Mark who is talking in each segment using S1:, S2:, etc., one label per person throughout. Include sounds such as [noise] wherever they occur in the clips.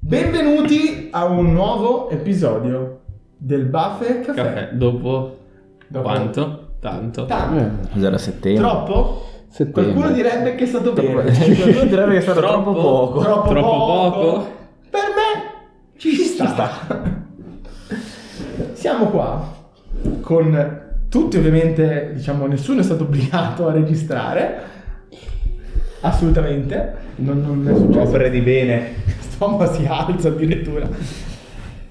S1: Benvenuti a un nuovo episodio del Baffe Caffè.
S2: Caffè, dopo
S1: Dopo-
S2: quanto? Tanto.
S1: Tanto.
S3: Eh, Cos'era settembre?
S1: Troppo?
S3: settembre.
S1: Qualcuno direbbe che è stato
S4: [laughs]
S3: Troppo- [laughs]
S1: bene.
S3: Qualcuno direbbe che è stato troppo,
S2: Troppo.
S3: poco.
S1: Troppo,
S2: Troppo
S1: poco.
S2: poco.
S1: Per me ci, sta. [laughs] Siamo qua con tutti ovviamente, diciamo, nessuno è stato obbligato a registrare. Assolutamente, non, non è successo.
S4: Opere di
S1: [laughs]
S4: bene.
S1: Stoma si alza addirittura.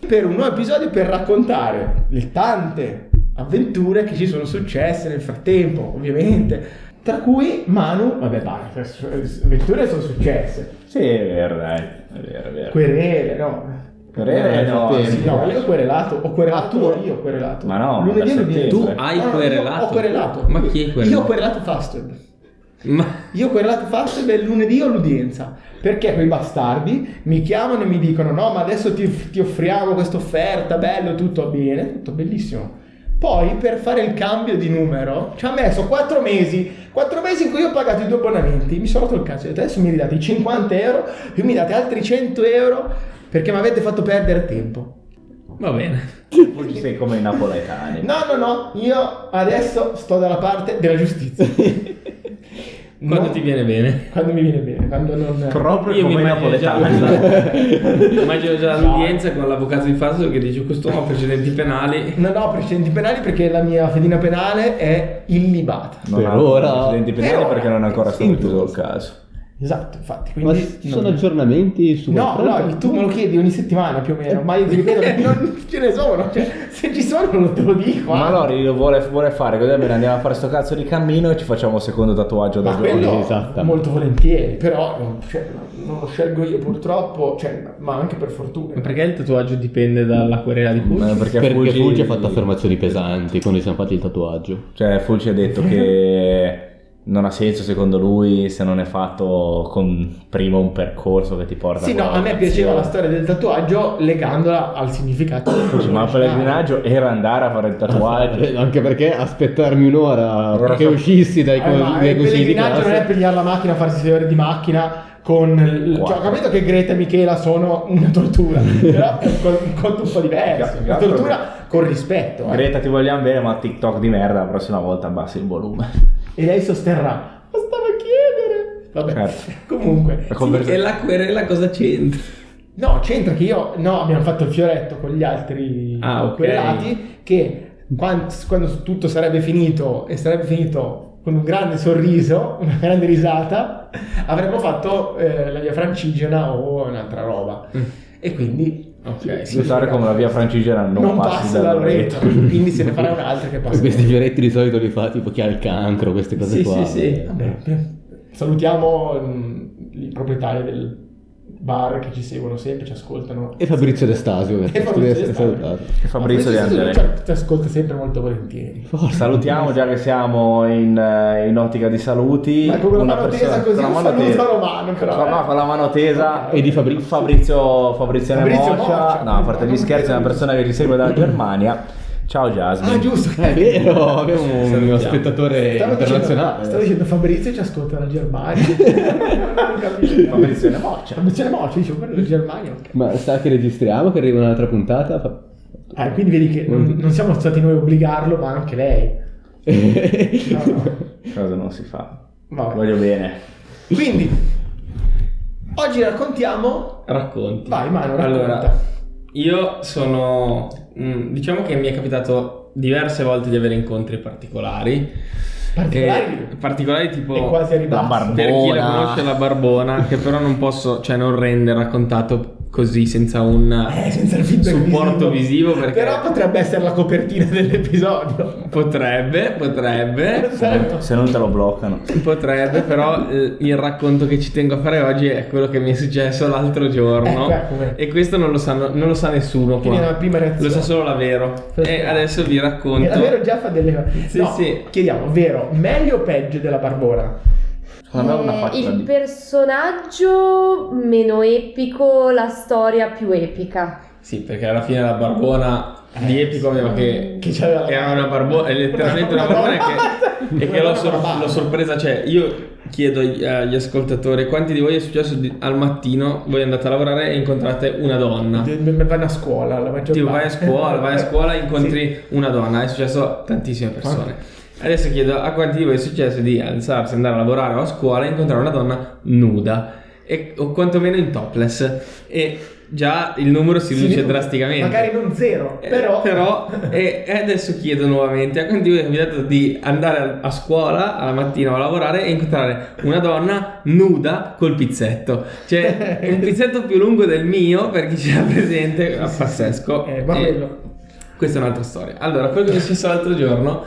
S1: Per un nuovo episodio per raccontare le tante avventure che ci sono successe nel frattempo, ovviamente. Tra cui Manu, vabbè, dai, avventure sono successe.
S4: Sì, è vero, dai. È vero, è vero.
S1: Querele, no.
S3: Querele
S4: Eh,
S3: nel
S4: no,
S3: frattempo.
S1: Sì, no, lei ho querelato, ho querelato,
S4: Ah, tu-
S1: io ho querelato.
S4: Ma no, ma
S1: lunedì
S4: da
S1: lunedì.
S2: Tu
S4: settembre.
S2: hai
S1: No, no, io
S2: querelato?
S1: Ho querelato.
S2: Ma chi è querelato?
S1: Io ho querelato Fastweb.
S2: Ma
S1: Io ho querelato Fastweb e lunedì ho l'udienza. Perché quei bastardi mi chiamano e mi dicono no, ma adesso ti, ti offriamo questa offerta, bello, tutto bene, tutto bellissimo. Poi per fare il cambio di numero ci ha messo 4 mesi, 4 mesi in cui io ho pagato i due abbonamenti, mi sono rotto il cazzo, ho detto, adesso mi ridate i 50 euro, più mi date altri 100 euro perché mi avete fatto perdere tempo.
S2: va bene.
S4: Tu ci sei come i napoletani.
S1: No, no, no, io adesso sto dalla parte della giustizia.
S2: Quando
S1: No,
S2: ti viene bene.
S1: Quando mi viene bene, quando non...
S4: Proprio
S2: Io mi
S4: come i
S2: immagino già- [laughs]
S4: napoletani.
S2: Immagino già l'udienza con l'avvocato di Faso che dice quest'uomo ha precedenti penali.
S1: Non ho precedenti penali perché la mia fedina penale è illibata.
S4: Non
S3: Per
S4: ha
S3: ora-
S4: precedenti penali
S1: per ora.
S4: perché non è ancora stato
S3: Sì.
S4: chiuso il caso.
S1: Esatto, infatti.
S3: Ma
S1: Quindi
S3: ci sono
S1: non-
S3: aggiornamenti su quel
S1: No,
S3: fronte?
S1: no, tu me lo chiedi ogni settimana più o meno, ma io ti ripeto che [laughs] non ce ne sono, cioè se ci sono non te lo dico.
S4: Ma
S1: ah.
S4: Lori lo vuole, vuole fare, così almeno andiamo a fare sto cazzo di cammino e ci facciamo un secondo tatuaggio da
S1: Ma
S4: giorno.
S1: quello
S3: esattamente.
S1: molto volentieri, però non, cioè, non lo scelgo io purtroppo, cioè, ma anche per fortuna.
S2: Ma perché il tatuaggio dipende dalla querela di Pucci?
S4: Ma Perché,
S3: Perché Fulci...
S4: Fulci
S3: ha fatto affermazioni pesanti quando ci siamo fatti il tatuaggio.
S4: Cioè, Fulci ha detto che non ha senso secondo lui se non è fatto con prima un percorso che ti porta
S1: Sì, no,
S4: quella
S1: a me
S4: relazione.
S1: piaceva la storia del tatuaggio legandola al significato. del tatuaggio
S4: Ma
S1: originale.
S4: pellegrinaggio era andare a fare il tatuaggio.
S1: [laughs]
S3: Anche perché aspettarmi un'ora
S4: Allora
S3: che
S4: so-
S3: uscissi dai,
S1: Eh, ma
S3: con- dai
S1: il
S3: consigli di
S1: pellegrinaggio non è
S3: classe.
S1: pigliare la macchina, farsi sei ore di macchina con... il- Cioè, ho capito che Greta e Michela sono una tortura, però è un co- un conto un po' diverso.
S4: Gatto,
S1: Una
S4: gatto.
S1: tortura con rispetto. eh.
S4: Greta ti vogliamo bene ma TikTok di merda la prossima volta abbassi il volume.
S1: E lei sosterrà, ma stavo a chiedere. Vabbè, [laughs]
S4: Certo.
S1: comunque...
S2: Sì,
S4: La conversa-
S2: e la querela cosa c'entra?
S1: No, c'entra che io, no, abbiamo fatto il fioretto con gli altri
S2: Ah, ok.
S1: querelati che quan- quando, tutto sarebbe finito e sarebbe finito con un grande sorriso, una grande risata, avremmo fatto eh, la via francigena o un'altra roba.
S2: Mm.
S1: E quindi, ok, sì,
S4: Notare come la via francigena non,
S1: non
S4: passi,
S1: passa
S4: da
S1: da Loreto,
S4: Loreto.
S1: quindi se ne farà un'altra che passa.
S4: [laughs]
S3: Questi fioretti di solito li fa tipo chi ha il cancro, queste cose
S2: Sì,
S3: qua.
S2: sì, sì.
S1: Vabbè, salutiamo mm, i proprietari del bar che ci seguono sempre, ci ascoltano.
S3: E Fabrizio D'Estasio, che
S1: E Fabrizio
S3: deve essere
S1: D'Estasio.
S3: salutato.
S4: Fabrizio De
S1: Ma questo
S4: Angele.
S1: sì, cioè, Ti ascolta sempre molto volentieri.
S3: Forza.
S4: Salutiamo già che siamo in, eh, in ottica di saluti.
S1: Ma con la
S4: Una
S1: mano
S4: persona-
S1: tesa così,
S4: con la
S1: un
S4: mano
S1: saluto
S4: tesa.
S1: romano, però,
S4: Con la-
S1: eh.
S4: con la mano tesa.
S3: E di Fabrizio.
S4: Fabrizio, Fabrizione
S1: Fabrizio
S4: Moccia.
S1: Moccia.
S4: No, a parte gli scherzi, è una persona che ci segue dalla Germania. Ciao Jasmine.
S1: Ah,
S2: [laughs]
S1: giusto.
S3: È vero, abbiamo un
S4: Salutiamo.
S2: Eh,
S3: spettatore
S1: Stavo
S3: internazionale.
S1: dicendo, stavo dicendo Fabrizio ci ascolta la
S2: [laughs]
S1: Germania. non capisco.
S4: Fabrizio è moccia.
S1: Fabrizio è moccia, dicevo quello è la Germania. ok.
S3: Ma sa che registriamo, che arriva un'altra puntata? Fa-
S1: Eh, quindi vedi che non,
S2: Mm.
S3: [laughs]
S1: non siamo stati noi a obbligarlo, ma anche lei. No, no.
S4: Cosa non si fa.
S1: Vabbè.
S4: Voglio bene.
S1: Quindi, oggi raccontiamo...
S2: Racconti.
S1: Vai, Manu, racconta.
S2: Allora, io sono... mm, diciamo che mi è capitato diverse volte di avere incontri particolari.
S1: Particolari?
S2: Eh, particolari tipo...
S1: è quasi arrivato.
S4: La barba.
S2: Per chi la
S4: Barbona.
S2: conosce la Barbona, che però non posso, cioè non rende raccontato così senza un
S1: Eh, senza il feedback
S2: supporto visivo, perché
S1: Però potrebbe essere la copertina dell'episodio.
S2: potrebbe, potrebbe,
S1: Sarebbe-
S4: Se non te lo bloccano.
S2: potrebbe, però eh, il racconto che ci tengo a fare oggi è quello che mi è successo l'altro giorno.
S1: Ecco, ecco.
S2: E questo non lo, sanno, non lo sa nessuno
S1: Quindi è la
S2: qua.
S1: prima reazione.
S2: Eh, Lo sa solo la Vero. E adesso vi racconto.
S1: Era vero già fa delle
S2: Sì,
S1: no,
S2: sì.
S1: Chiediamo, vero, meglio o peggio della Barbona?
S4: Secondo me è una
S5: Eh,
S4: faccia [laughs]
S5: il
S4: di...
S5: personaggio meno epico, la storia più epica.
S2: Sì, perché alla fine la barbona di Epico aveva che,
S1: Eh, Che c'aveva-
S2: era una barbona, è letteralmente una barbona
S1: [laughs]
S2: che, e che l'ho, sor- l'ho sorpresa, cioè io chiedo agli agli ascoltatori quanti di voi è successo di- al mattino, voi andate a lavorare e incontrate una donna.
S1: Vanno a scuola, la maggior
S2: Ti vai a
S1: parte. Eh,
S2: scuola, vai a scuola, incontri
S1: Sì.
S2: una donna, è successo a tantissime persone. Adesso chiedo a quanti di voi è successo di alzarsi, andare a lavorare o a scuola e incontrare una donna nuda e, o quantomeno in topless e già il numero si riduce
S1: Sì,
S2: drasticamente.
S1: Magari non zero,
S2: Eh,
S1: però...
S2: però- e, e adesso chiedo nuovamente a quanti di voi è capitato di andare a a scuola alla mattina o a lavorare e incontrare una donna nuda col pizzetto cioè
S1: [laughs]
S2: un pizzetto più lungo del mio per chi c'era presente è pazzesco
S1: Eh, ma
S2: E
S1: quello.
S2: questa è un'altra storia allora quello che mi è successo l'altro giorno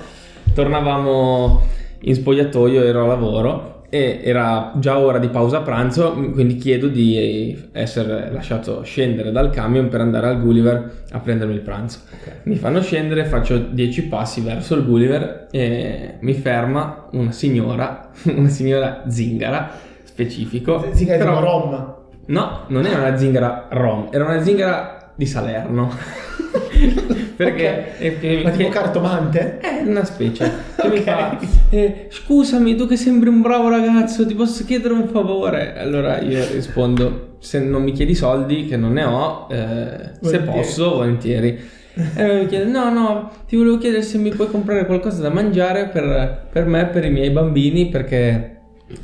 S2: tornavamo in spogliatoio ero a lavoro e era già ora di pausa pranzo quindi chiedo di essere lasciato scendere dal camion per andare al Gulliver a prendermi il pranzo mi fanno scendere, faccio 10 passi verso il Gulliver e mi ferma una signora, [laughs] una signora zingara, specifico.
S1: Si chiama
S2: Però-
S1: Rom.
S2: No, non era una zingara rom, era una zingara di Salerno. Perché...
S1: Ok.
S2: è che-
S1: Ma tipo
S2: che- Eh,
S1: cartomante?
S2: è una specie. Che mi
S1: Ok.
S2: fa, eh, scusami, tu che sembri un bravo ragazzo, ti posso chiedere un favore? Allora io rispondo, se non mi chiedi soldi, che non ne ho, eh, se
S1: Volentieri.
S2: posso, volentieri. E allora mi chiede, no, no, ti volevo chiedere se mi puoi comprare qualcosa da mangiare per, per me, per i miei bambini, perché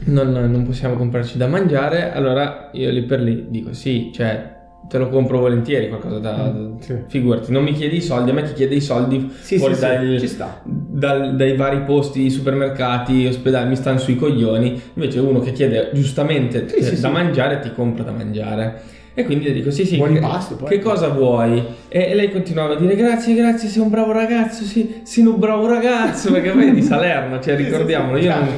S2: non, non possiamo comprarci da mangiare. Allora io lì per lì dico, sì, cioè... Te lo compro volentieri qualcosa da.
S1: Mm, sì.
S2: Figurati, non mi chiedi i soldi, a me chi chiede i soldi
S1: Sì,
S2: fuori
S1: sì, sì,
S2: dal,
S1: ci sta.
S2: dal- dai vari posti, supermercati, ospedali, mi stanno sui coglioni. Invece uno che chiede giustamente
S1: Sì,
S2: eh,
S1: sì,
S2: da
S1: sì.
S2: mangiare ti compra da mangiare. E quindi le dico sì sì,
S1: Buoni
S2: che,
S1: pasti, poi.
S2: che cosa vuoi? E, e lei continuava a dire grazie, grazie, sei un bravo ragazzo, sì, sei un bravo ragazzo, perché poi è di Salerno, cioè ricordiamolo, io non,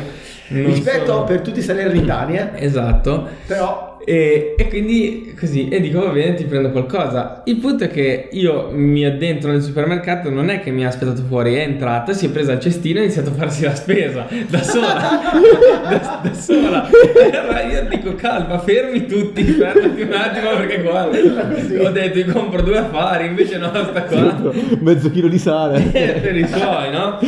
S2: non
S1: Rispetto
S2: sono-
S1: per tutti i salernitani, eh.
S2: Esatto.
S1: Però...
S2: E, e quindi così, e dico va bene, ti prendo qualcosa. Il punto è che io mi addentro nel supermercato, non è che mi ha aspettato fuori, è entrata, si è presa il cestino e ha iniziato a farsi la spesa da sola. [laughs] da, da sola. E allora io dico calma, fermi tutti, fermati un attimo perché qua ho detto io compro due affari, invece no, sta
S1: Esatto.
S2: qua.
S3: [laughs] Mezzo chilo di sale.
S2: Eh,
S1: [laughs]
S2: [laughs] per i suoi, no?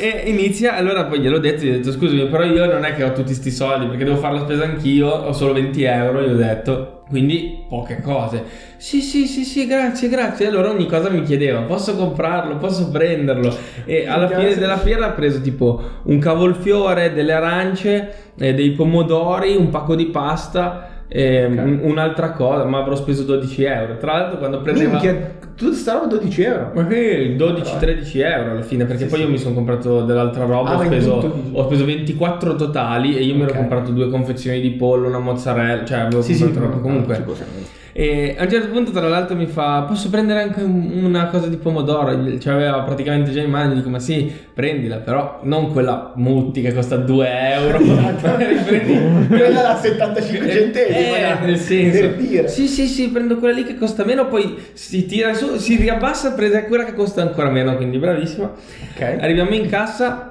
S2: E inizia, allora poi gliel'ho detto, gli ho detto scusami, però io non è che ho tutti sti soldi perché devo fare la spesa anch'io, ho solo 20 euro, gli ho detto, quindi poche cose. Sì, sì, sì, sì, grazie, grazie. E allora ogni cosa mi chiedeva, posso comprarlo, posso prenderlo. E alla fine della fiera ha preso tipo un cavolfiore, delle arance, eh, dei pomodori, un pacco di pasta. eh, un- un'altra cosa, ma avrò speso 12 euro. Tra l'altro, quando prendeva
S1: Minchia, tutta sta roba 12 euro.
S2: ma che 12-13 euro alla fine, perché
S1: Sì,
S2: poi
S1: sì.
S2: io mi sono comprato dell'altra roba,
S1: Ah,
S2: ho,
S1: ma in
S2: speso,
S1: tutto dici?
S2: ho speso 24 totali e io mi ero
S1: Ok.
S2: comprato due confezioni di pollo, una mozzarella, cioè avevo
S1: Sì, sì,
S2: comprato roba
S1: no,
S2: comunque. E a un certo punto, tra l'altro, mi fa: Posso prendere anche un- una cosa di pomodoro? Ce l'aveva praticamente già in mano. Gli dico: Ma sì, prendila, però non quella mutti che costa 2 euro. [laughs]
S1: Esatto.
S2: Prendi-
S1: Quella da 75 centesimi,
S2: Eh,
S1: magari,
S2: nel senso.
S1: per dire.
S2: Sì, sì, sì, prendo quella lì che costa meno, poi si tira su, si riabbassa, prende quella che costa ancora meno, quindi bravissima.
S1: Ok.
S2: Arriviamo in cassa.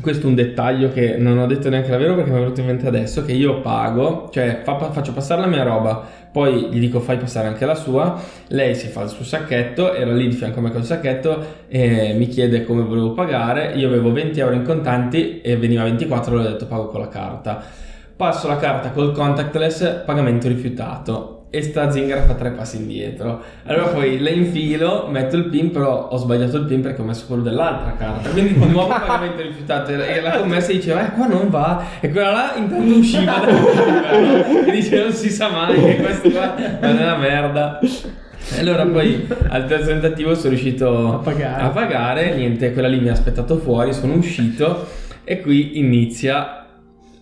S2: Questo è un dettaglio che non ho detto neanche davvero perché mi è venuto in mente adesso, che io pago, cioè fa- faccio passare la mia roba, poi gli dico fai passare anche la sua, lei si fa il suo sacchetto, era lì di fianco a me col sacchetto e mi chiede come volevo pagare, io avevo 20 euro in contanti e veniva 24, le ho detto pago con la carta. Passo la carta col contactless, pagamento rifiutato. E sta zingara fa tre passi indietro. Allora poi la infilo, metto il pin, però ho sbagliato il pin perché ho messo quello dell'altra carta. Quindi di nuovo pagamento [laughs] rifiutato. E la commessa diceva, eh qua non va. E quella là intanto usciva da e diceva, non si sa mai che questo qua va nella merda. E allora poi al terzo tentativo sono riuscito
S1: A pagare.
S2: a pagare, niente, quella lì mi ha aspettato fuori, sono uscito e qui inizia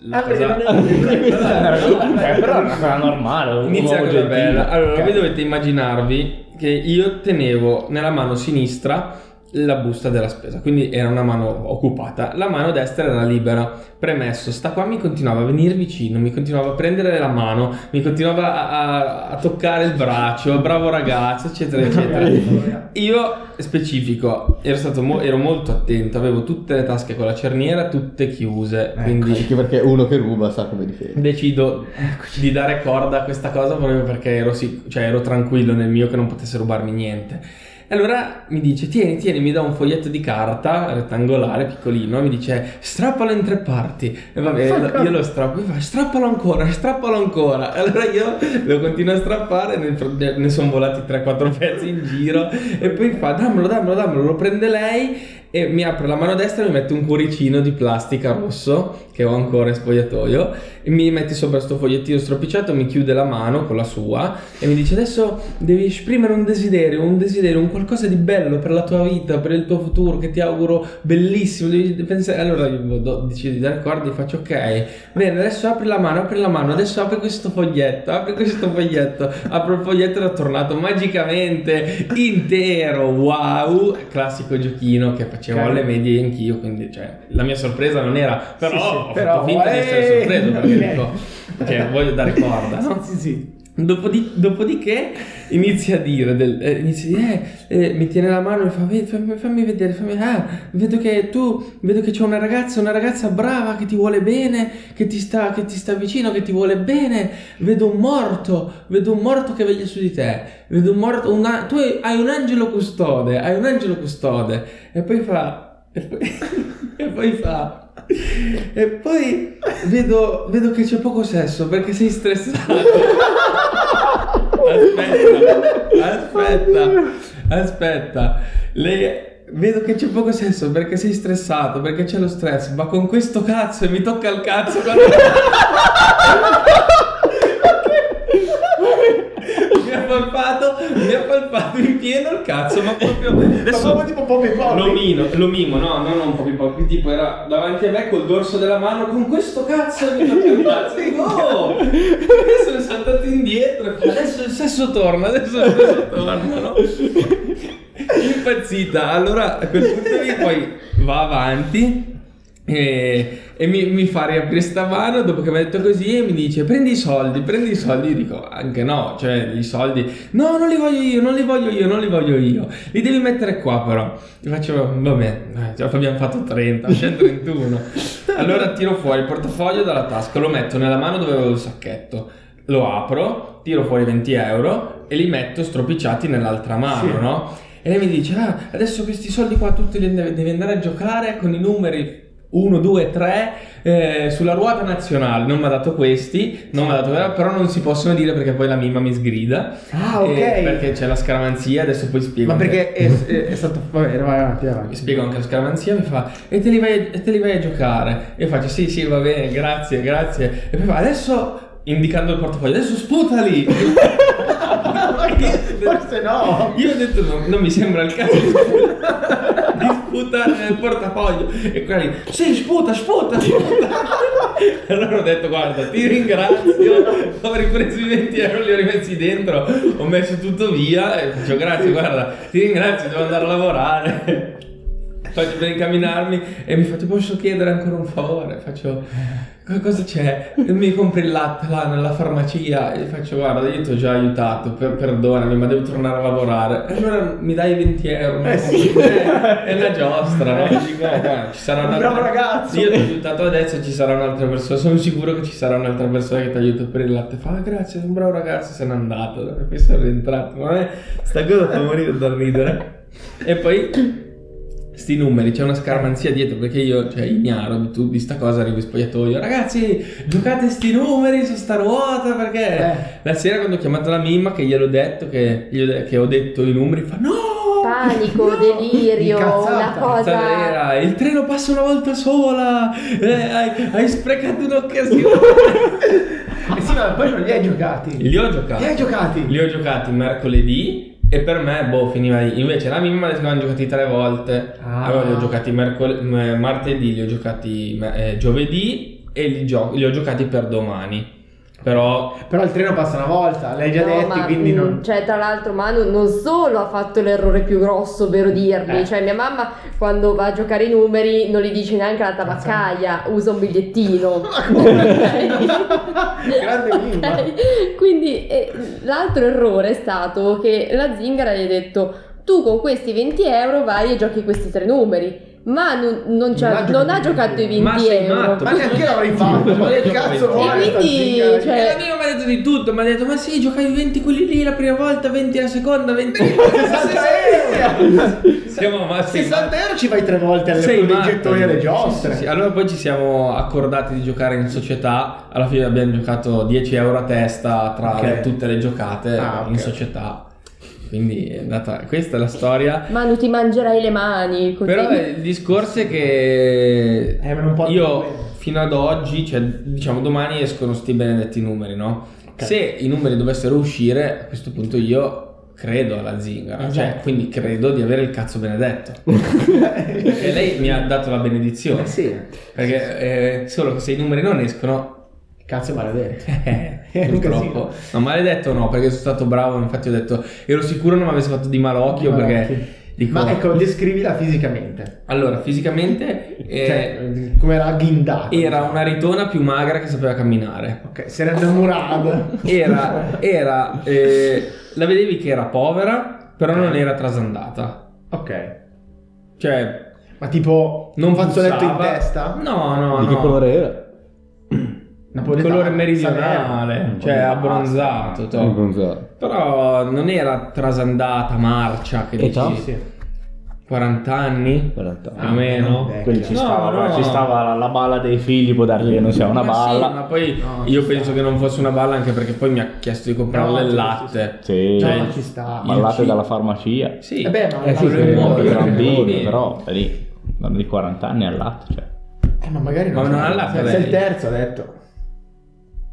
S2: la
S1: Ah, perché
S2: cosa-
S1: non
S2: [laughs]
S1: era-
S4: Eh, però è una cosa normale. un
S2: Inizia
S4: uomo
S2: cosa
S4: gentile.
S2: bella. Allora,
S4: Ok.
S2: voi dovete immaginarvi che io tenevo nella mano sinistra la busta della spesa, quindi era una mano occupata, la mano destra era libera. Premesso, sta qua mi continuava a venire vicino, mi continuava a prendere la mano, mi continuava a, a- a toccare il braccio, bravo ragazzo, eccetera,
S1: [laughs]
S2: eccetera. Io specifico, ero, stato mo- ero molto attento, avevo tutte le tasche con la cerniera, tutte chiuse, quindi
S3: Anche perché uno che ruba sa come difendere.
S2: decido di dare corda a questa cosa proprio perché ero, sic- cioè, ero tranquillo nel mio che non potesse rubarmi niente. E allora mi dice, tieni, tieni, mi dà un foglietto di carta rettangolare, piccolino, mi dice, strappalo in tre parti. E vabbè, io lo strappo, mi fa, strappalo ancora, strappalo ancora. E allora io lo continuo a strappare, nel fr- ne, sono volati 3-4 [laughs] pezzi in giro. E poi fa, dammelo, dammelo, dammelo, lo prende lei e mi apre la mano destra e mi mette un cuoricino di plastica rosso, che ho ancora in spogliatoio e mi mette sopra sto fogliettino stropicciato, mi chiude la mano con la sua e mi dice adesso devi esprimere un desiderio, un desiderio, un qualcosa di bello per la tua vita, per il tuo futuro che ti auguro bellissimo. Devi pensare... Allora io do- decido di dare corda e faccio ok, bene adesso apri la mano, apri la mano, adesso apri questo foglietto, apri questo foglietto, apro il foglietto ed è tornato magicamente intero, wow, classico giochino che facevo
S1: Ok.
S2: alle medie anch'io, quindi cioè la mia sorpresa non era però
S1: Sì, sì,
S2: ho
S1: però,
S2: fatto finta di essere
S1: eh,
S2: sorpreso perché
S1: ok.
S2: dico,
S1: [laughs]
S2: cioè, voglio dare corda, no?
S1: Sì, sì, sì.
S2: Dopodi- dopodiché inizia a dire, del- eh, inizia a dire, eh, eh, mi tiene la mano e fa, "Vedi, fammi, fammi vedere, fammi, ah, vedo che tu, vedo che c'è una ragazza, una ragazza brava che ti vuole bene, che ti sta, che ti sta vicino, che ti vuole bene, vedo un morto, vedo un morto che veglia su di te, vedo un morto, una- tu hai hai un angelo custode, hai un angelo custode, e poi fa, e poi, [laughs] e poi fa... E poi vedo, vedo che c'è poco sesso perché sei stressato. Aspetta, aspetta, aspetta. Lei, vedo che c'è poco senso perché sei stressato, perché c'è lo stress, ma con questo cazzo e mi tocca il cazzo [laughs] quando... mi ha palpato, mi ha palpato in pieno il cazzo, ma proprio...
S1: Adesso...
S2: Adesso...
S1: tipo Poppy
S2: Lo
S1: Poppy.
S2: mino, lo mimo, no, no, non proprio proprio, tipo era davanti a me col dorso della mano con questo cazzo mi tocca il cazzo. [laughs] Dico, "Oh!" E sono saltato indietro, e fa, adesso il sesso torna, adesso il sesso torna, no? Impazzita, allora a quel punto lì poi va avanti e, e mi, mi fa riaprire sta mano dopo che mi ha detto così e mi dice prendi i soldi, prendi i soldi, Io dico anche no, cioè i soldi, no non li voglio io, non li voglio io, non li voglio io, li devi mettere qua però, gli faccio vabbè, eh, già abbiamo fatto 30, c'è 31, allora tiro fuori il portafoglio dalla tasca, lo metto nella mano dove avevo il sacchetto, lo apro, tiro fuori 20 euro e li metto stropicciati nell'altra mano,
S1: Sì.
S2: no? E lei mi dice, ah, adesso questi soldi qua tutti li devi devi andare a giocare con i numeri 1, 2, 3 eh, sulla ruota nazionale. Non mi ha dato questi, non mi ha dato quella, però non si possono dire perché poi la mima mi sgrida.
S1: Ah, ok.
S2: Eh, perché c'è la scaramanzia, adesso poi spiego.
S1: Ma
S2: anche-
S1: perché è, è- è stato... Vabbè, vai avanti, vai
S2: mi [laughs]
S1: avanti. [laughs]
S2: spiego anche la scaramanzia, mi fa e te li vai, e te li vai a giocare. E io faccio sì, sì, va bene, grazie, grazie. E poi fa adesso, indicando il portafoglio, adesso sputali.
S1: [laughs] Forse
S2: [laughs]
S1: no.
S2: Io ho detto no, non mi sembra il caso di sputare nel portafoglio e quella lì, sì sputa, sputa, sputa [laughs] e allora ho detto guarda ti ringrazio ho ripreso i 20 euro li ho rimessi dentro ho messo tutto via e faccio grazie guarda ti ringrazio devo andare a lavorare faccio per incamminarmi e mi fa ti posso chiedere ancora un favore faccio "Co- cosa c'è mi compri il latte là nella farmacia e faccio guarda io ti ho già aiutato per- perdonami ma devo tornare a lavorare e allora mi dai 20 euro mi
S1: Eh
S2: compri-
S1: sì.
S2: Eh, è la giostra no? Dico, "Oh, guarda, ci sarà una
S1: Bravo ragazzo.
S2: io ti ho aiutato adesso ci sarà un'altra persona sono sicuro che ci sarà un'altra persona che ti aiuta per il latte fa "Ah, grazie sei un bravo ragazzo se n'è andato e poi sono rientrato ma a me sta cosa fa morire da ridere e poi sti numeri, c'è una scaramanzia dietro perché io, cioè, ignaro di, tu- di sta cosa, arrivo in spogliatoio, ragazzi, giocate sti numeri su sta ruota perché
S1: Eh.
S2: la sera quando ho chiamato la mimma che gliel'ho detto, che, gli ho de- che ho detto i numeri, fa no! [laughs]
S4: [laughs]
S5: Panico,
S2: no!"
S5: delirio, una
S1: Incazzata, Cioè,
S5: cosa.
S2: Era, il treno passa una volta sola, eh, hai, hai sprecato un'occasione.
S5: [laughs]
S1: Eh sì, ma poi non li hai giocati. Li
S2: Li ho giocati.
S1: hai giocati?
S2: Li ho giocati mercoledì e per me, boh, finiva lì. Invece la mimma mi avevano giocati tre volte.
S1: Ah.
S2: Allora li ho giocati mercol- m- martedì, li ho giocati eh, giovedì e li, gio- li ho giocati per domani. Però
S1: Però il treno passa una volta, l'hai già
S5: No,
S1: detto,
S5: ma,
S1: quindi
S5: mm,
S1: non...
S5: Cioè, tra l'altro, Manu non solo ha fatto l'errore più grosso, ovvero dirmi.
S1: Eh.
S5: Cioè, mia mamma quando va a giocare i numeri non li dice neanche la tabaccaia, usa un bigliettino.
S1: [laughs]
S5: [laughs]
S1: Grande enigma.
S5: Ok? Quindi eh, l'altro errore è stato che la zingara gli ha detto: Tu con questi 20 euro vai e giochi questi tre numeri. Ma non, non c'ha-
S1: Non ha
S5: non ha
S1: giocato
S5: giocato i 20
S2: Ma sei
S5: euro.
S2: matto?
S1: Ma neanche io l'avrei fatto, ma che cazzo
S2: E
S1: vuole sta
S5: quindi,
S1: zingara?
S5: cioè-
S2: E la mia mi ha detto di tutto, mi ha detto ma sì, giocavi 20 quelli lì la prima volta, 20 la seconda, [laughs] 20
S1: euro!
S2: Siamo ma sei
S1: 60
S2: matto.
S1: euro ci vai tre volte alle
S2: Sei
S1: con i
S2: matto.
S1: gettoni e alle giostre.
S2: Sì, sì, sì. Allora poi ci siamo accordati di giocare in società, alla fine abbiamo giocato 10 euro a testa tra
S1: Ok.
S2: le- tutte le giocate
S1: Ah, ok.
S2: in società. Quindi è andata, questa è la storia.
S5: Manu ti mangerai le mani. Così.
S2: Però eh, il discorso è che
S1: Eh, ma non può-
S2: io fino ad oggi, cioè diciamo domani escono sti benedetti numeri, no?
S1: Ok.
S2: Se i numeri dovessero uscire, a questo punto io credo alla zingara, cioè
S1: Esatto.
S2: quindi credo di avere il cazzo
S1: [laughs]
S2: benedetto. [laughs] e lei mi ha dato la benedizione,
S1: Eh sì.
S2: perché eh, solo che se i numeri non escono... [laughs] eh,
S1: Cazzo maledetto. È un
S2: Purtroppo,
S1: casino.
S2: no, maledetto no, perché sono stato bravo. Infatti, ho detto, ero sicuro non mi avesse fatto di malocchio.
S1: Guarda,
S2: perché
S1: sì.
S2: dico,
S1: Ma ecco, descrivila fisicamente.
S2: allora,
S1: [laughs]
S2: fisicamente eh,
S1: Cioè, come era ghindato.
S2: era una ritona più magra che sapeva camminare.
S1: Ok, si era innamorata.
S2: Era, era, eh, la vedevi che era povera, però non era trasandata.
S1: Ok.
S2: Cioè,
S1: Ma tipo,
S2: non
S1: un fazzoletto in
S2: puzzava.
S1: testa?
S2: No, no,
S3: Di che
S2: no.
S3: colore era?
S1: Napoletano.
S2: Colore
S1: Salerno.
S2: meridionale, cioè
S4: Ah,
S2: abbronzato. to.
S3: Non bronzato.
S2: Però non era trasandata, marcia, che
S3: Età?
S1: Sì,
S2: dici,
S1: sì.
S2: 40 anni?
S3: Guarda.
S2: Più o meno.
S1: Eh,
S4: Quindi ci
S2: No,
S4: stava,
S2: no.
S4: ci stava la, la balla dei figli, può dargli che non sia una
S2: Ma Eh sì,
S4: balla.
S2: ma poi
S1: No,
S2: io
S1: ci
S2: penso
S1: sta.
S2: che non fosse una balla anche perché poi mi ha chiesto di comprare
S1: No, sì,
S2: del
S1: sì,
S2: latte.
S4: Sì,
S1: No,
S2: Cioè,
S1: ma ci sta.
S2: Ma-
S4: ballate
S2: il-
S4: dalla farmacia.
S2: Sì.
S1: Eh beh, ma
S2: Eh, sì,
S1: quello è
S2: sì, sì,
S1: nuovo,
S2: sì,
S1: era
S2: sì,
S4: bambini,
S2: sì.
S4: però è lì, hanno di 40 anni al latte, cioè.
S1: Eh, ma magari
S2: Ma non ha l'acqua,
S1: Sei-
S2: lei.
S1: Sei il terzo, ha detto.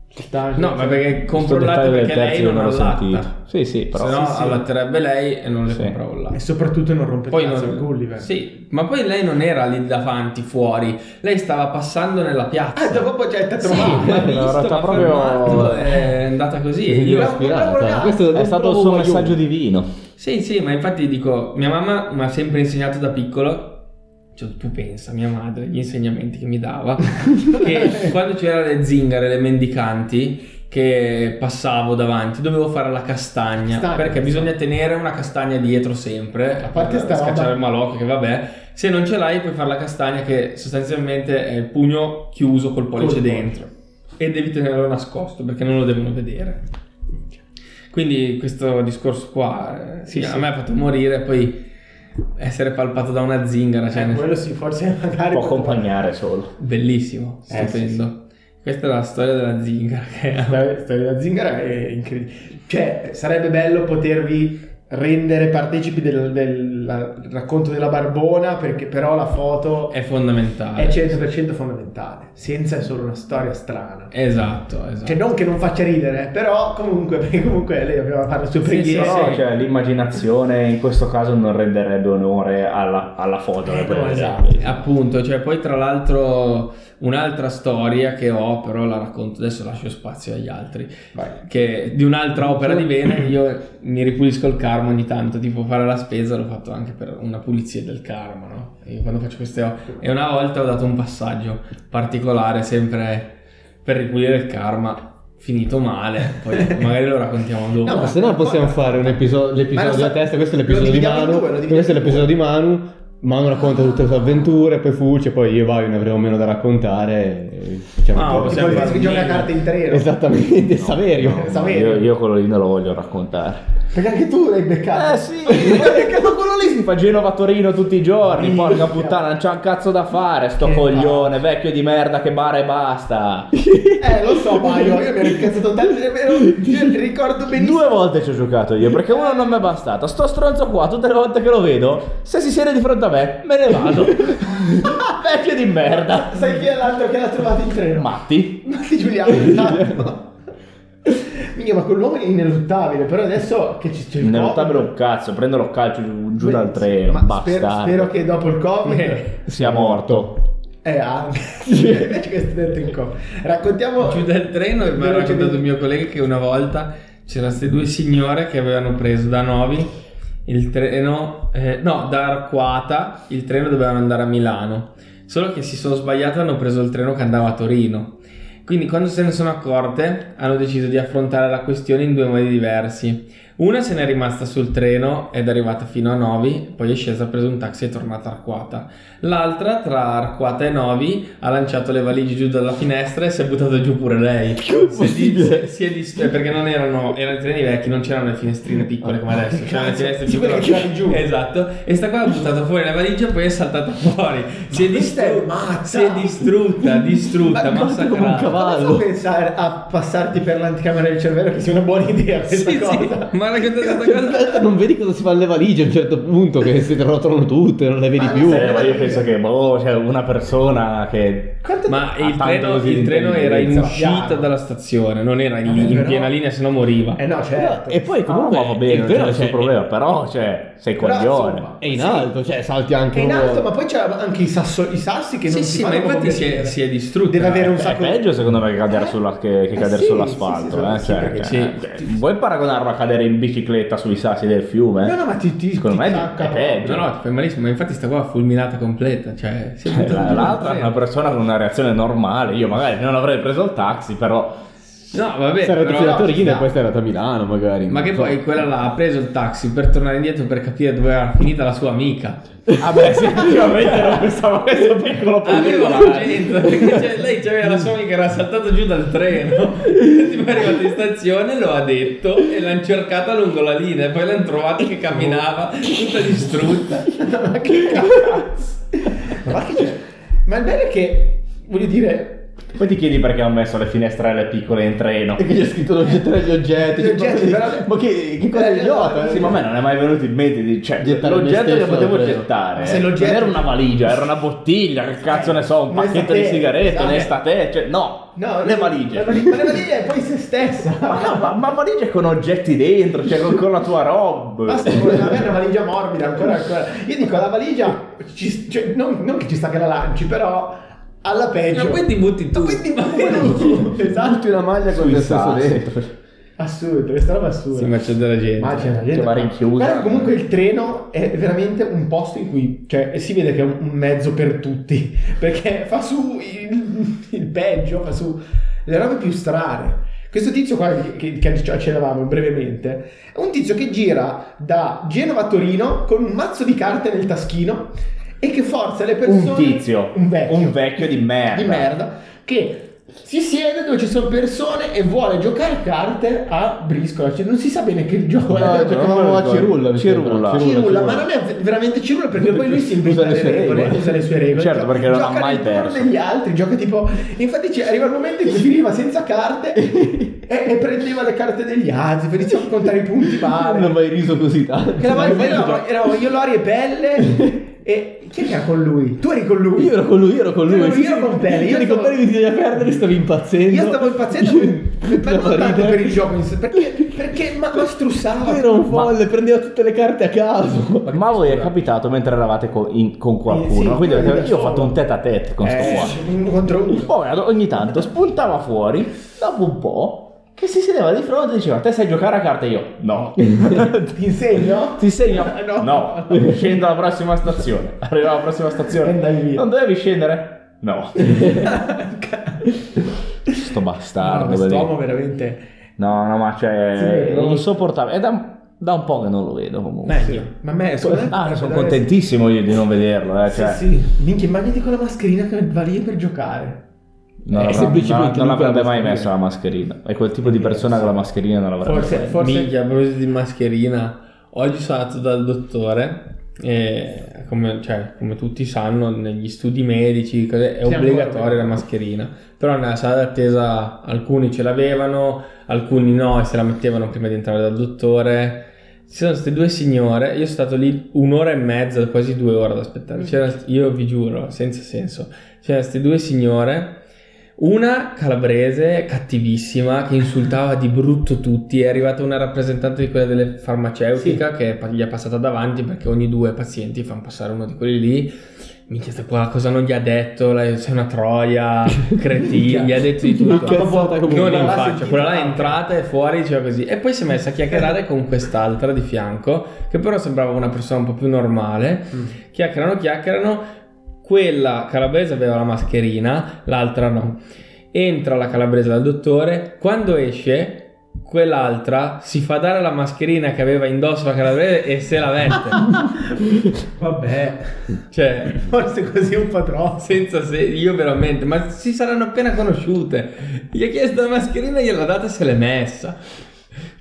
S1: Ci sta, cioè,
S2: No, ma perché compro
S4: Questo
S2: il latte
S4: dettaglio del
S2: perché lei
S4: terzo
S2: non ha
S4: l'ho
S2: latta.
S4: sentito. Sì, sì, però
S2: Se no
S1: Sì, sì.
S2: allatterebbe lei e non le
S4: Sì.
S2: compravo il
S1: E
S2: latte.
S1: soprattutto non rompe
S2: Poi
S1: il cazzo
S2: non-
S1: il Gulliver.
S2: Sì, ma poi lei non era lì davanti fuori, lei stava passando nella piazza.
S1: Ah, dopo poi c'è [laughs]
S2: Sì,
S1: trovato.
S2: l'ha
S4: in
S2: visto,
S4: realtà
S2: l'ha
S4: proprio-
S2: fermato, è andata così. e
S3: Sì,
S2: io-
S3: era ispirata,
S1: bravo,
S3: cioè,
S1: bravo.
S3: questo
S4: È stato il suo
S3: provo-
S4: messaggio divino.
S2: Sì, sì, ma infatti dico, mia mamma mi ha sempre insegnato da piccolo, cioè tu pensa, mia madre, gli insegnamenti che mi dava,
S1: [laughs] Eh,
S2: che quando c'erano le zingare, le mendicanti, che passavo davanti, dovevo fare la castagna,
S1: Castagna,
S2: perché
S1: sì.
S2: bisogna tenere una castagna dietro sempre,
S1: A parte
S2: per
S1: sta roba.
S2: scacciare il malocchio, che vabbè, se non ce l'hai puoi fare la castagna che sostanzialmente è il pugno chiuso col pollice
S1: pollice.
S2: dentro e devi tenerlo nascosto perché non lo devono vedere. Quindi questo discorso qua eh,
S1: Sì,
S2: sì, a
S1: sì.
S2: me ha fatto morire, poi essere palpato da una zingara, cioè,
S1: Eh, quello sì, forse magari...
S4: Può accompagnare solo.
S2: bellissimo,
S1: Eh,
S2: stupendo. Questa è la storia della zingara [laughs] che
S1: La storia della zingara è incredibile. Cioè, sarebbe bello potervi rendere partecipi del, del- la- del racconto della Barbona, perché però la foto è
S2: è
S1: Eh,
S2: fondamentale.
S1: 100% fondamentale. Senza è solo una storia strana.
S2: Esatto, esatto.
S1: Cioè, non che non faccia ridere, eh, però comunque, [laughs] perché comunque lei aveva fatto le sue
S2: Sì,
S1: preghiere.
S2: sì,
S4: Però
S2: sì.
S4: cioè, l'immaginazione in questo caso non renderebbe onore alla, alla foto.
S1: Eh,
S4: che puoi
S1: no,
S4: vedere.
S1: esatto.
S2: Appunto, cioè poi tra l'altro un'altra storia che ho, però la racconto adesso, lascio spazio agli altri,
S1: Vai.
S2: che di un'altra opera di bene io mi ripulisco il karma ogni tanto, tipo fare la spesa l'ho fatto anche per una pulizia del karma, no? Io quando faccio queste o- e una volta ho dato un passaggio particolare sempre per ripulire il karma, finito male, poi magari lo raccontiamo dopo.
S1: No,
S3: Ah, Ma se no possiamo fare un episodio,
S1: Ma
S3: l'episodio
S1: lo so-
S3: a testa, questo è
S1: lo
S3: l'episodio di
S1: dividiamo in
S3: Manu,
S1: due, lo dividiamo
S3: questo è
S1: in
S3: l'episodio di Manu, Manu racconta tutte le sue avventure, poi Fulci, poi io e Vavino avremo meno da ragazzi e diciamo
S2: Ah,
S3: che-
S1: Tipo
S2: possiamo
S1: il
S2: fare
S1: che gioca a
S2: meno.
S1: carte in treno.
S3: Esattamente, Saverio.
S1: no.
S4: Io, io quello lì non lo voglio raccontare.
S1: Perché anche tu l'hai beccato.
S2: Eh,
S4: [laughs] sì, perché quello lì si fa Genova-Torino tutti i giorni.
S1: Minchia.
S4: Porca puttana, non c'è un cazzo da fare. Sto
S1: Che
S4: coglione, vecchio di merda che bara e basta.
S1: Eh, lo so, Mario, io mi ero incazzato tanto, è vero,
S2: [laughs]
S1: io ti ricordo benissimo.
S4: Due volte ci ho giocato io, perché uno non mi è bastato. Sto stronzo qua, tutte le volte che lo vedo, se si siede di fronte a me, me
S1: [laughs]
S4: ne vado. Vecchio di merda.
S1: Sai chi è l'altro che l'ha trovato in treno?
S4: Matti.
S1: Ma di
S4: [laughs]
S1: Giuliano, esatto. Minchia, ma quell'uomo è ineluttabile, però adesso che ci c'è il
S4: Ne notabile
S1: Covid-
S4: un cazzo, prendo lo calcio giù, giù dal
S1: Beh,
S4: treno.
S1: ma spero,
S4: Bastardo.
S2: Eh.
S1: spero che dopo il Covid... [laughs]
S4: sia morto.
S1: Eh, Eh,
S2: [laughs]
S1: anche. Invece che è studente in coppa. Raccontiamo...
S2: Giù dal treno e mi ha
S1: velocemente.
S2: raccontato un mio collega che una volta c'erano queste due signore che avevano preso da Novi il treno, eh, no, da Arquata il treno dovevano andare a Milano, solo che si sono sbagliate e hanno preso il treno che andava a Torino. Quindi quando se ne sono accorte hanno deciso di affrontare la questione in due modi diversi. Una se n'è rimasta sul treno ed è arrivata fino a Novi, poi è scesa, ha preso un taxi e è tornata a Arquata. L'altra, tra Arquata e Novi, ha lanciato le valigie giù dalla finestra e si è buttata giù pure lei. Si è, di- si è- si è dis- eh, perché non erano, erano i treni vecchi, non c'erano le finestrine piccole come adesso, c'erano le finestre
S1: Sì, quelle
S2: piccole.
S1: che tiravi giù.
S2: Esatto. E sta qua ha buttato fuori la valigia e poi è saltata fuori. Si è,
S1: questa è
S2: distrutta,
S1: matta.
S2: si è distrutta, distrutta,
S3: Ma guarda come un
S2: massacrata.
S3: cavallo.
S1: Ma non so pensare a passarti per l'anticamera del cervello che sia una buona idea questa
S2: Sì, sì,
S1: cosa.
S2: ma raccontate questa [laughs]
S3: Cioè,
S2: cosa.
S3: aspetta, non vedi cosa si fa alle valigie a un certo punto che si rotolano tutte, non le
S1: Ah,
S3: vedi più.
S4: Eh, ma io penso che boh, cioè, una persona che
S1: Quanto
S2: Ma
S4: Ha
S2: il
S4: tanto
S2: treno,
S4: così
S2: il
S4: di
S2: treno era Ah, in
S4: intelligenza.
S2: uscita dalla stazione, non era in, in
S1: Però-
S2: piena linea, se no moriva.
S1: Eh no, certo.
S3: E poi
S4: comunque
S3: comunque
S4: Ah, va bene,
S3: il
S4: non
S3: treno
S4: c'è nessun
S3: cioè,
S4: problema, però cioè, sei
S1: Però,
S4: coglione.
S1: insomma,
S3: È in alto, cioè salti anche
S1: È in
S3: uno-
S1: alto, ma poi c'è anche i, sasso- i sassi che
S2: Sì,
S1: non si
S2: sì, ma
S1: fanno proprio
S2: infatti si è,
S1: piacere.
S2: si è distrutta.
S1: Deve avere un
S4: Eh, È
S1: sacco
S4: peggio secondo me che cadere,
S1: Eh?
S4: sulla- che-
S1: Eh,
S4: che cadere
S1: sì, sì, sì,
S4: sull'asfalto. eh,
S1: sì,
S4: cioè,
S1: perché-
S4: cioè,
S2: sì.
S4: cioè, vuoi paragonarlo a cadere in bicicletta sui sassi del fiume?
S1: No, no, ma ti, ti
S4: Secondo
S1: ti
S4: me è-
S1: tacca
S4: è
S1: proprio.
S4: peggio. [laughs]
S2: No, no, ti fai malissimo, ma infatti sta qua fulminata completa, cioè si è
S4: Eh,
S2: buttata
S4: la-
S2: giù
S4: L'altra è
S2: dal
S4: una persona con una reazione normale. Io magari non avrei preso il taxi, però
S2: treno. No, vabbè,
S3: Sarebbe
S2: però-
S3: fino a Torino
S1: Eh, sta.
S3: e poi sei andato a Milano magari.
S2: ma che poi quella là ha preso il taxi per tornare indietro per capire dove era finita la sua amica.
S4: Vabbè, Ah, sì, effettivamente non pensavo a questo
S2: Ah,
S4: piccolo
S2: Aveva
S4: particolare.
S2: l'argento, perché cioè, lei c'aveva
S1: Mm.
S2: la sua amica, era saltata giù
S1: [laughs]
S2: dal treno, tipo è arrivata in stazione, lo ha detto e l'hanno cercata lungo la linea e poi l'hanno trovata che camminava tutta distrutta.
S1: ma
S4: [laughs]
S1: che cazzo? ma, che c'è? ma il bello è che, voglio dire,
S4: Poi ti chiedi perché ho messo le finestrelle piccole in
S1: [laughs]
S4: treno.
S3: E che gli è scritto non gettare gli oggetti.
S1: Gli
S3: cioè,
S1: oggetti,
S3: ma-
S1: però-
S3: Ma che, che cosa
S1: Eh,
S3: idiota?
S4: Sì, ma a me non è mai venuto in mente di cioè,
S3: Gettare me
S4: l'oggetto che
S3: stesso
S4: potevo
S3: davvero.
S4: gettare.
S1: Ma se
S4: eh, non
S1: l'oggetto-
S4: era una valigia, era una bottiglia, che cazzo ne so, un
S1: Un'estate,
S4: pacchetto di sigarette,
S1: esatto.
S4: un'estate, cioè no,
S1: no,
S4: le
S1: La
S4: valigie.
S1: valigia, ma le valigie è poi se stessa.
S4: Ma [laughs] no, ma, ma valigie con oggetti dentro, cioè con, con la tua roba.
S1: Basta con la una valigia morbida, ancora, ancora. Io dico, la valigia, ci- cioè, non, non che ci sta che la lanci, però alla peggio.
S2: Ma poi ti butti tu.
S1: Ma poi ti
S2: [laughs]
S1: butti.
S3: Esatto,
S1: Esatto.
S3: una maglia con
S4: Sui
S3: il stesso
S4: sassi.
S3: dentro.
S1: Assurdo, questa roba è assurda.
S2: Sì, ma c'è della gente.
S1: Ma c'è la gente
S4: Che va rinchiusa.
S1: Però comunque il treno è veramente un posto in cui cioè, si vede che è un un mezzo per tutti. [laughs] Perché fa su il, il peggio, fa su le robe più strane. Questo tizio qua che, che ci accennavamo brevemente è un tizio che gira da Genova a Torino con un mazzo di carte nel taschino e che forza le persone.
S4: un tizio,
S1: Un vecchio.
S4: di merda.
S1: Di merda. Che si siede dove ci sono persone e vuole giocare a carte a briscola. Cioè, non si sa bene che gioco è.
S3: No,
S1: Perché
S3: giocavamo a Cirulla. mi sembra.
S4: Cirulla.
S1: Cirulla, ma non è veramente Cirulla perché poi lui si inventa
S3: Usa le
S1: le
S3: sue
S1: regole,
S3: regole.
S1: usa le sue regole. Cioè,
S4: Certo, perché non ha
S1: Gioca
S4: mai
S1: nel turno
S4: perso.
S1: degli altri, gioca tipo... Infatti ci- arriva il momento in cui finiva senza carte e, e prendeva le carte degli altri, per iniziare a contare i punti pari.
S3: Non ho mai riso così tanto.
S1: Che eravamo,
S3: Mai
S1: eravamo-
S3: riso.
S1: eravamo io, Lori e Pelle e... Chi era con lui? Tu eri con lui?
S3: Io ero con lui, io ero con
S1: Tu
S3: lui.
S1: ero-
S3: sì,
S1: io
S3: Cioè,
S1: Cioè,
S3: sì.
S1: ero con te, io
S3: Io ero con
S1: stavo-
S3: te che bisogna perdere, stavi impazzendo.
S1: Io stavo impazzendo
S3: [laughs]
S1: per,
S4: [laughs]
S1: per, non tanto per il gioco in sé, perché, perché ma, ma strussava.
S3: Era un folle, prendeva tutte le carte a caso.
S4: Ma voi è capitato mentre eravate co- in- con,
S1: Eh, sì,
S4: qualcuno, quindi
S1: da
S4: avete- io ho
S1: solo.
S4: fatto un tete a tete con sto
S1: Eh,
S4: qua.
S1: uno contro uno.
S4: Poi ad- ogni tanto spuntava fuori, dopo un po', che si sedeva di fronte e diceva, te sai giocare a carte? Io, [laughs] no.
S1: Ti insegno?
S4: Ti [laughs] segno?
S1: [laughs] No.
S4: Scendo alla prossima stazione. Arriva alla prossima stazione.
S1: E andavi via.
S4: Non dovevi scendere? No. [laughs] Sto
S1: No,
S4: bastardo.
S1: quest'uomo
S4: vedi.
S1: veramente
S4: No, no, ma
S1: Sì,
S4: cioè...
S1: vedi, Eh,
S4: è
S1: no?
S4: insopportabile. È da, da un po' che non lo vedo comunque.
S1: meglio. Ma a me secondo me-
S4: Ah, sono
S1: deve-
S4: contentissimo io di non vederlo, eh,
S1: Eh, Sì,
S4: cioè,
S1: sì. Minchia, immaginati con la mascherina che va lì per giocare.
S4: non,
S3: Eh,
S4: l'avrà-
S3: semplicemente
S4: non
S3: lui con
S4: avrebbe mai
S3: la mascherina.
S4: messo la mascherina. È quel tipo di persona che la mascherina non l'avrebbe
S1: Forse,
S4: mai.
S1: forse
S2: Minchia, a proposito di mascherina, oggi sono andato dal dottore e come, cioè, come tutti sanno negli studi medici cose- è
S1: Sì, ancora,
S2: obbligatoria la
S1: vero.
S2: mascherina, però nella sala d'attesa alcuni ce l'avevano, alcuni no e se la mettevano prima di entrare dal dottore. Ci sono queste due signore, io sono stato lì un'ora e mezza, quasi due ore ad aspettare, C'era- io vi giuro, senza senso, c'erano queste due signore, Una calabrese cattivissima che insultava di brutto tutti. È arrivata una rappresentante di quella delle farmaceutica che pa- gli è passata davanti perché ogni due pazienti fanno passare uno di quelli lì. Minchia, sta qua cosa non gli ha detto? Lei- Sei una troia, cretino, gli ha detto di tutto.
S3: Una cazzata comunque.
S2: Non in
S1: L'ha
S2: faccia,
S1: sentito
S2: quella là è
S1: tanto.
S2: entrata e fuori diceva così. E poi si è messa a chiacchierare con quest'altra di fianco, che però sembrava una persona un po' più normale. Chiacchierano, chiacchierano. Quella calabrese aveva la mascherina, l'altra no. Entra la calabrese dal dottore, quando esce quell'altra si fa dare la mascherina che aveva indosso la calabrese e se la mette.
S1: Vabbè,
S2: cioè,
S1: forse così un po' troppo.
S2: senza se io veramente, ma si saranno appena conosciute. Gli ha chiesto la mascherina, gliel'ha data e se l'è messa.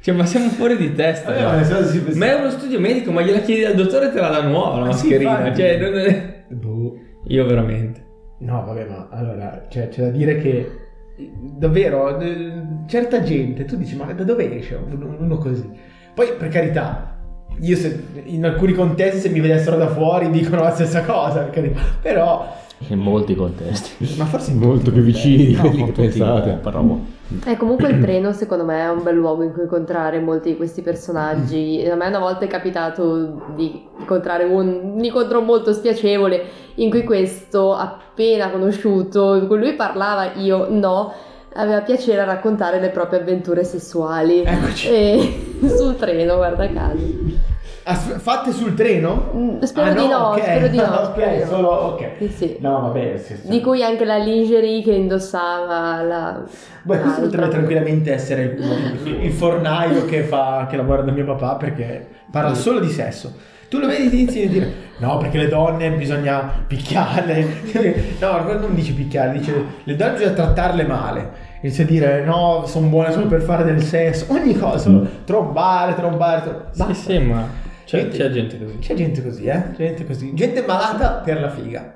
S2: Cioè, ma siamo fuori di testa.
S1: Vabbè,
S2: no?
S1: ma nel senso Eh, si pensa-
S2: Ma è uno studio medico, ma gliela chiedi al dottore e te la dà nuova la
S1: Eh, Sì,
S2: mascherina.
S1: infatti.
S2: cioè, non è-
S1: Boh.
S2: Io veramente.
S1: No, vabbè, ma allora, cioè, c'è da dire che davvero eh, certa gente, tu dici, ma da dove esce uno, uno così? Poi, per carità, io se, in alcuni contesti se mi vedessero da fuori dicono la stessa cosa, per carità. però,
S4: In molti contesti.
S1: ma forse in
S3: Molto
S1: tutti i
S3: più vicini di
S1: contesti.
S3: [laughs] quelli che
S4: Tutti,
S3: pensate.
S4: Però.
S5: Eh,
S1: [clears throat]
S5: comunque il treno secondo me è un bel luogo in cui incontrare molti di questi personaggi. A me una volta è capitato di incontrare un, un incontro molto spiacevole in cui questo appena conosciuto, con lui parlava, io no, aveva piacere a raccontare le proprie avventure sessuali.
S1: Eccoci.
S5: E- [laughs] sul treno, guarda caso.
S1: As- fatte sul treno?
S5: Mm, Spero
S1: Ah,
S5: di no,
S1: ok.
S5: spero di no. spero di
S1: [laughs] ok,
S5: no.
S1: solo, ok.
S5: Sì, sì.
S1: No, vabbè, sì, sì.
S5: Di cui anche la lingerie che indossava la...
S1: Beh, questo
S5: l'altra.
S1: potrebbe tranquillamente essere
S2: [laughs]
S1: il, il fornaio che, fa, che lavora da mio papà perché parla solo di sesso. Tu lo vedi e inizi a dire no perché le donne bisogna picchiarle. [laughs] No, non dici picchiarle, dice le donne bisogna trattarle male. Inizia a dire no, sono buone solo per fare del sesso, ogni cosa, solo trombare, trombare, trombare.
S2: Mm. Sì, sì, ma c'è, c'è gente così.
S1: C'è gente così, eh? C'è gente così. Gente malata per la
S2: [laughs]
S1: figa.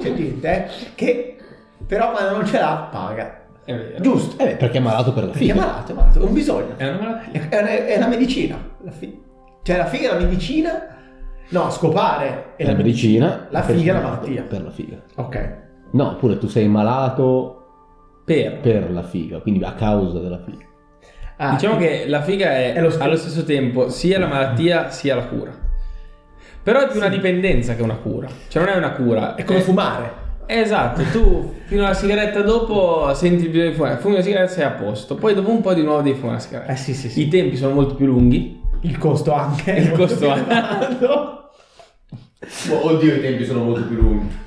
S1: C'è gente eh, che però quando non ce l'ha paga.
S2: È vero.
S1: Giusto.
S3: Eh beh, perché è malato per la
S1: Perché è
S3: fine.
S1: malato, è malato, è un bisogno.
S2: È una malattia.
S1: È, è- è una medicina. La fi- cioè la figa è la medicina. No, scopare è
S3: la medicina.
S1: La
S3: per-
S1: figa è la malattia.
S3: Per la figa.
S1: Ok.
S3: No, oppure tu sei malato
S2: Per.
S3: per la figa, quindi a causa della figa.
S1: Ah,
S2: diciamo che la figa è,
S1: È lo stesso.
S2: allo stesso tempo sia la malattia sia la cura. Però è più una dipendenza che una cura. Cioè non è una cura.
S1: è come fumare.
S2: Esatto, tu fino alla sigaretta dopo senti il bisogno di fumare, fumi una sigaretta e sei a posto, poi dopo un po' di nuovo devi fumare una sigaretta.
S1: Eh sì, sì, sì.
S2: I tempi sono molto più lunghi.
S1: Il costo anche. [laughs]
S2: Il costo anche.
S1: anche.
S6: Boh, Oddio, i tempi sono molto più lunghi.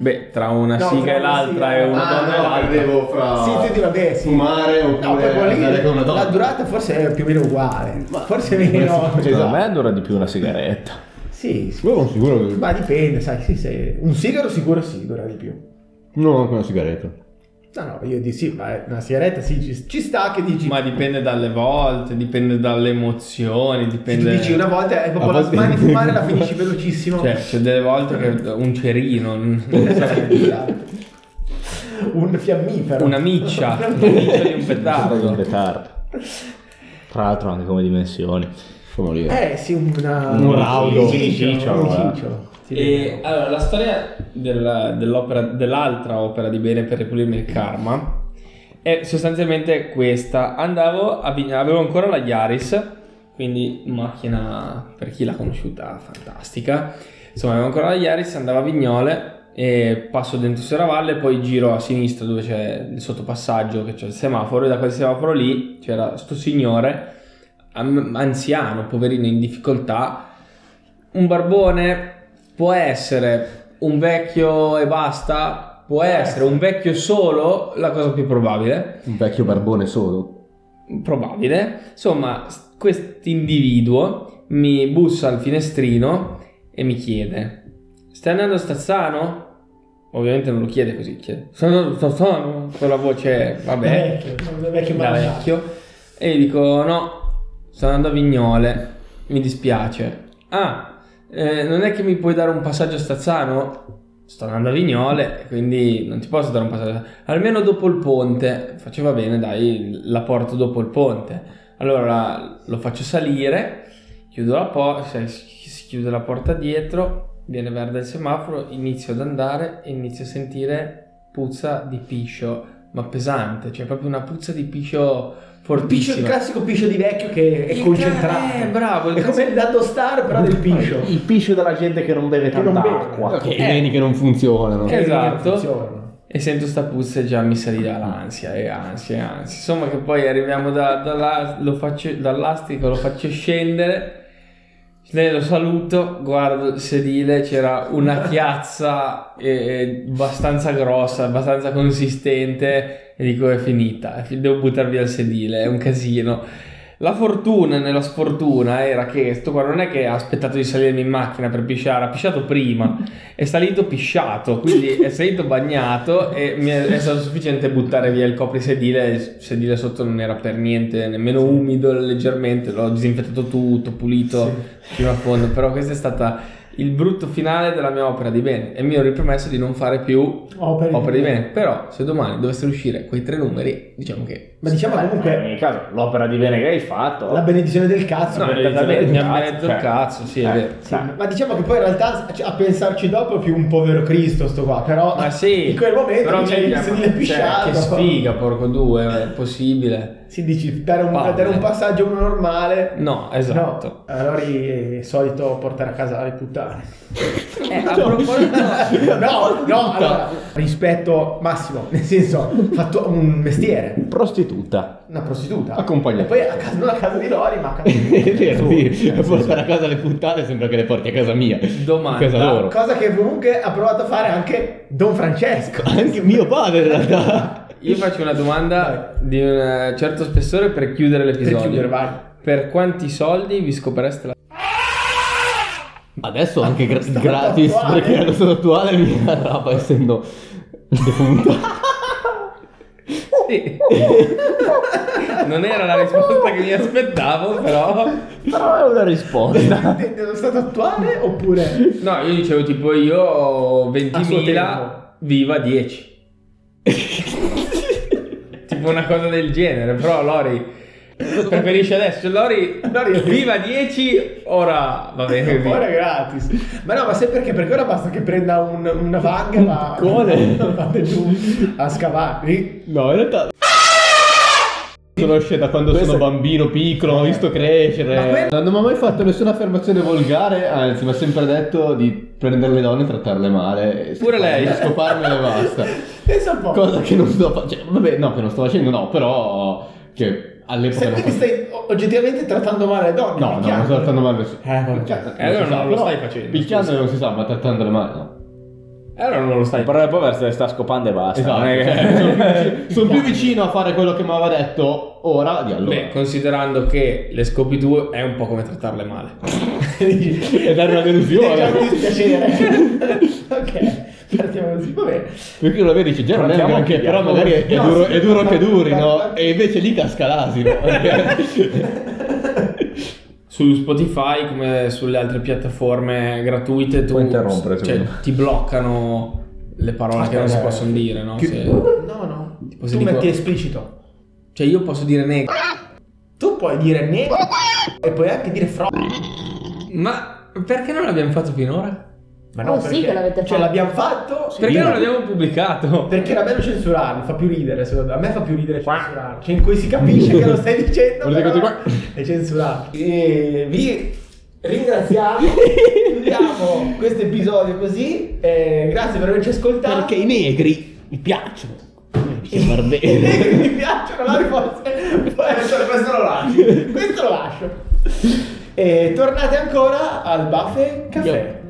S2: Beh, tra una
S1: No,
S2: siga
S1: tra
S2: e
S1: una
S2: l'altra
S1: siga.
S2: e una
S6: Ah,
S2: donna e
S6: no,
S2: l'altra.
S6: credevo fra
S1: Sì, tu dici, vabbè, sì.
S6: fumare oppure
S1: No, poi quello lì,
S6: andare con una donna.
S1: la durata forse è più o meno uguale. Forse
S6: [laughs]
S1: meno.
S3: Esatto.
S4: Secondo me dura di più una sigaretta.
S1: Sì, sì.
S3: Io sono sicuro che...
S1: Ma dipende, sai, sì, se- un sigaro sicuro sì, dura di più.
S3: Non anche una sigaretta.
S1: No, no, io di sì, ma una sigaretta sì, ci, ci sta che dici.
S2: Ma dipende dalle volte, dipende dalle emozioni,
S1: se tu
S2: dipende...
S1: dici una volta è proprio
S3: A
S1: la
S3: volte-
S1: smani di fumare la finisci velocissimo.
S2: Cioè, c'è delle volte che un cerino, un-
S1: [laughs] un fiammifero.
S2: una miccia, una miccia di un
S4: Un
S2: petardo.
S4: petardo. Tra l'altro anche come dimensioni.
S3: Come dire.
S1: Eh sì, una...
S3: Un raudo.
S1: Un ciccio,
S4: Ciccio,
S1: un
S4: eh.
S1: ciccio.
S2: E allora la storia della- dell'opera, dell'altra opera di bene per ripulirmi il karma è sostanzialmente questa. Andavo, a Vigna- avevo ancora la Yaris, quindi macchina per chi l'ha conosciuta fantastica. Insomma, avevo ancora la Yaris, andavo a Vignole e passo dentro Serravalle, poi giro a sinistra dove c'è il sottopassaggio che c'è il semaforo e da quel semaforo lì c'era sto signore am- anziano, poverino in difficoltà, un barbone può essere un vecchio e basta, può essere un vecchio solo, la cosa più probabile
S3: Un vecchio barbone solo.
S2: probabile. Insomma, questo individuo mi bussa al finestrino e mi chiede: Stai andando a Stazzano? Ovviamente non lo chiede così, chiede: Sono Stazzano? Con la voce, vabbè,
S1: Da vecchio, da vecchio
S2: da
S1: malato.
S2: vecchio. E gli dico: No, sto andando a Vignole, mi dispiace. Ah, eh, non è che mi puoi dare un passaggio a Stazzano? Sto andando a Vignole, quindi non ti posso dare un passaggio. Almeno dopo il ponte, faceva bene, dai, la porto dopo il ponte. Allora lo faccio salire, chiudo la porta, si chiude la porta dietro, viene verde il semaforo, inizio ad andare e inizio a sentire puzza di piscio, ma pesante, cioè proprio una puzza di piscio
S1: Piscio, il
S2: fortissima.
S1: classico piscio di vecchio che è
S2: Il
S1: concentrato.
S2: ca- eh, bravo, il
S1: È come
S2: classico-
S1: il dado star, però del piscio.
S4: Il piscio della gente che non beve
S1: Che non
S4: tanta
S1: beve.
S4: acqua.
S3: Che veni che non funzionano.
S2: Che- Esatto.
S1: Funziona.
S2: E sento sta puzza e già mi saliva l'ansia e ansia e ansia. Insomma, che poi arriviamo da, dalla- lo faccio- dall'astico, lo faccio scendere. Lei lo saluto, guardo il sedile, c'era una chiazza eh, abbastanza grossa, abbastanza consistente e dico è finita, è fi- devo buttar via il sedile, è un casino. La fortuna nella sfortuna era che sto qua non è che ha aspettato di salirmi in macchina per pisciare, ha pisciato prima è salito pisciato, quindi è salito bagnato e mi è, è stato sufficiente buttare via il coprisedile, il sedile sotto non era per niente, nemmeno umido leggermente, l'ho disinfettato tutto, pulito fino a fondo, però questo è stato il brutto finale della mia opera di bene e mi ero ripromesso di non fare più
S1: Opere di
S2: opere di
S1: bene.
S2: bene, però se domani dovessero uscire quei tre numeri, diciamo che
S1: Ma diciamo
S4: Beh, in
S1: comunque
S4: ogni caso, l'opera di bene che hai fatto.
S1: la benedizione del cazzo.
S2: No,
S1: perché-
S2: benedizione- mi
S4: Benedizione del
S2: ha
S4: cazzo,
S2: benedetto il
S4: cioè.
S2: cazzo, sì, è vero.
S1: Sì, ma diciamo che poi in realtà cioè, a pensarci dopo è più un povero Cristo sto qua, però
S2: Ma
S1: [laughs]
S2: sì,
S1: in quel momento
S2: però
S1: c'è Cioè, il
S2: minchia,
S1: sedile
S2: cioè,
S1: pisciato.
S2: Che sfiga, porco due, è possibile.
S1: Si dici per un,
S2: Palle.
S1: per un passaggio uno normale.
S2: No, esatto.
S1: No, allora è solito portare a casa le
S3: [laughs]
S1: puttane.
S2: [laughs] Eh, a proposito,
S1: [laughs] no, no, allora, rispetto massimo, nel senso, fatto un mestiere,
S4: Prostituta.
S1: una prostituta.
S3: Accompagnata.
S1: E poi a casa, non a casa di Lori, ma a
S3: [laughs]
S1: casa
S3: È
S1: di
S3: vero, [laughs] sì.
S1: Nel senso,
S3: Portare a casa le puttane sembra che le porti a casa mia.
S2: [laughs] Domanda.
S3: A casa loro.
S1: Cosa che comunque ha provato a fare anche Don Francesco.
S3: Anche mio padre in realtà.
S2: io faccio una domanda di un certo spessore per chiudere
S1: Per
S2: l'episodio.
S1: chiudere, vai.
S2: Per quanti soldi vi scopereste la...
S3: Adesso anche gra-
S1: Stato
S3: gratis
S1: attuale.
S3: perché la sua attuale mi arrabba [laughs] essendo defunta.
S2: Sì. [laughs] non era la risposta che mi aspettavo, però...
S4: Però è una risposta.
S1: De- dello stato attuale oppure
S2: No, io dicevo tipo io ho
S1: A suo
S2: 20.000,
S1: tempo.
S2: viva 10. tipo una cosa del genere, però Lori preferisce adesso. Lori,
S1: Lori-
S2: viva 10, ora va
S3: Eh,
S2: bene. così.
S1: ora è gratis ma no ma sai perché perché ora basta che prenda un, una vanga e va, [laughs]
S3: piccone.
S1: va giù a scavare
S3: No, in realtà... Sono scena da quando sono bambino piccolo, ho visto
S1: Eh. Ma
S3: crescere.
S1: quello-
S3: Non ho mai fatto nessuna affermazione volgare, anzi, mi ha sempre detto di prendere le donne e trattarle male. e
S2: Pure
S3: scoparmi-
S2: lei.
S3: Scoparmele e basta.
S1: pensa un po'
S3: Cosa che non sto facendo. Vabbè, no, che non sto facendo, no, però. Che all'epoca.
S1: se
S3: non
S1: tu mi
S3: facevo-
S1: stai o- oggettivamente trattando male le donne
S3: No, no,
S1: picchiando.
S3: non sto
S1: [laughs]
S3: trattando male nessuno.
S1: Eh, vabbè.
S3: Cioè,
S2: Eh, allora non
S3: si sa,
S2: lo
S3: però
S2: stai facendo,
S3: Picchiando
S2: scusa.
S3: non si sa, ma trattandole male no.
S2: E allora non lo stai
S4: Però poi verso le sta scopando e basta.
S3: Esatto.
S4: non è che-
S3: [laughs] sono, più vicino, sono più vicino a fare quello che mi aveva detto ora di allora.
S2: Beh, considerando che le scopi tue è un po' come trattarle male.
S3: Ed era
S1: È
S3: una
S1: già un
S3: delusione.
S1: dispiacere [laughs] ok partiamo così va bene
S3: Perché uno vedi dice già non è
S4: Partiamo
S3: anche,
S4: qui,
S3: però
S4: andiamo.
S3: magari è,
S1: No,
S3: duro,
S1: sì,
S3: è duro
S1: ma-
S3: che duri,
S1: ma-
S3: no?
S1: ma-
S3: E invece lì casca l'asino.
S1: [laughs]
S2: Su Spotify, come sulle altre piattaforme gratuite, tu
S4: Puoi interrompere,
S2: cioè,
S4: secondo me.
S2: ti bloccano le parole eh, che non si
S1: Aspetta,
S2: possono dire, no?
S1: Chi-
S2: Se-
S1: no no
S2: Tipo, se
S1: tu
S2: dico-
S1: metti esplicito
S2: Cioè, io posso dire nega.
S1: tu puoi dire niente e puoi anche dire fro
S2: Ma perché non l'abbiamo fatto finora?
S1: ma
S5: Oh, sì che l'avete
S1: cioè
S5: fatto.
S1: l'abbiamo fatto
S2: Perché non l'abbiamo pubblicaco?
S1: Perché era bello censurarlo, fa più ridere, secondo me. a me fa più ridere censurarlo, cioè in cui si capisce che lo
S3: [laughs]
S1: stai dicendo però
S3: Guardate qua.
S1: è censurato. E vi ringraziamo, chiudiamo questo episodio così, eh, grazie per averci ascoltato.
S3: negri mi piacciono.
S1: [laughs] I negri mi piacciono, allora forse può essere- questo lo lascio, questo lo lascio. E tornate ancora al Buffet Café.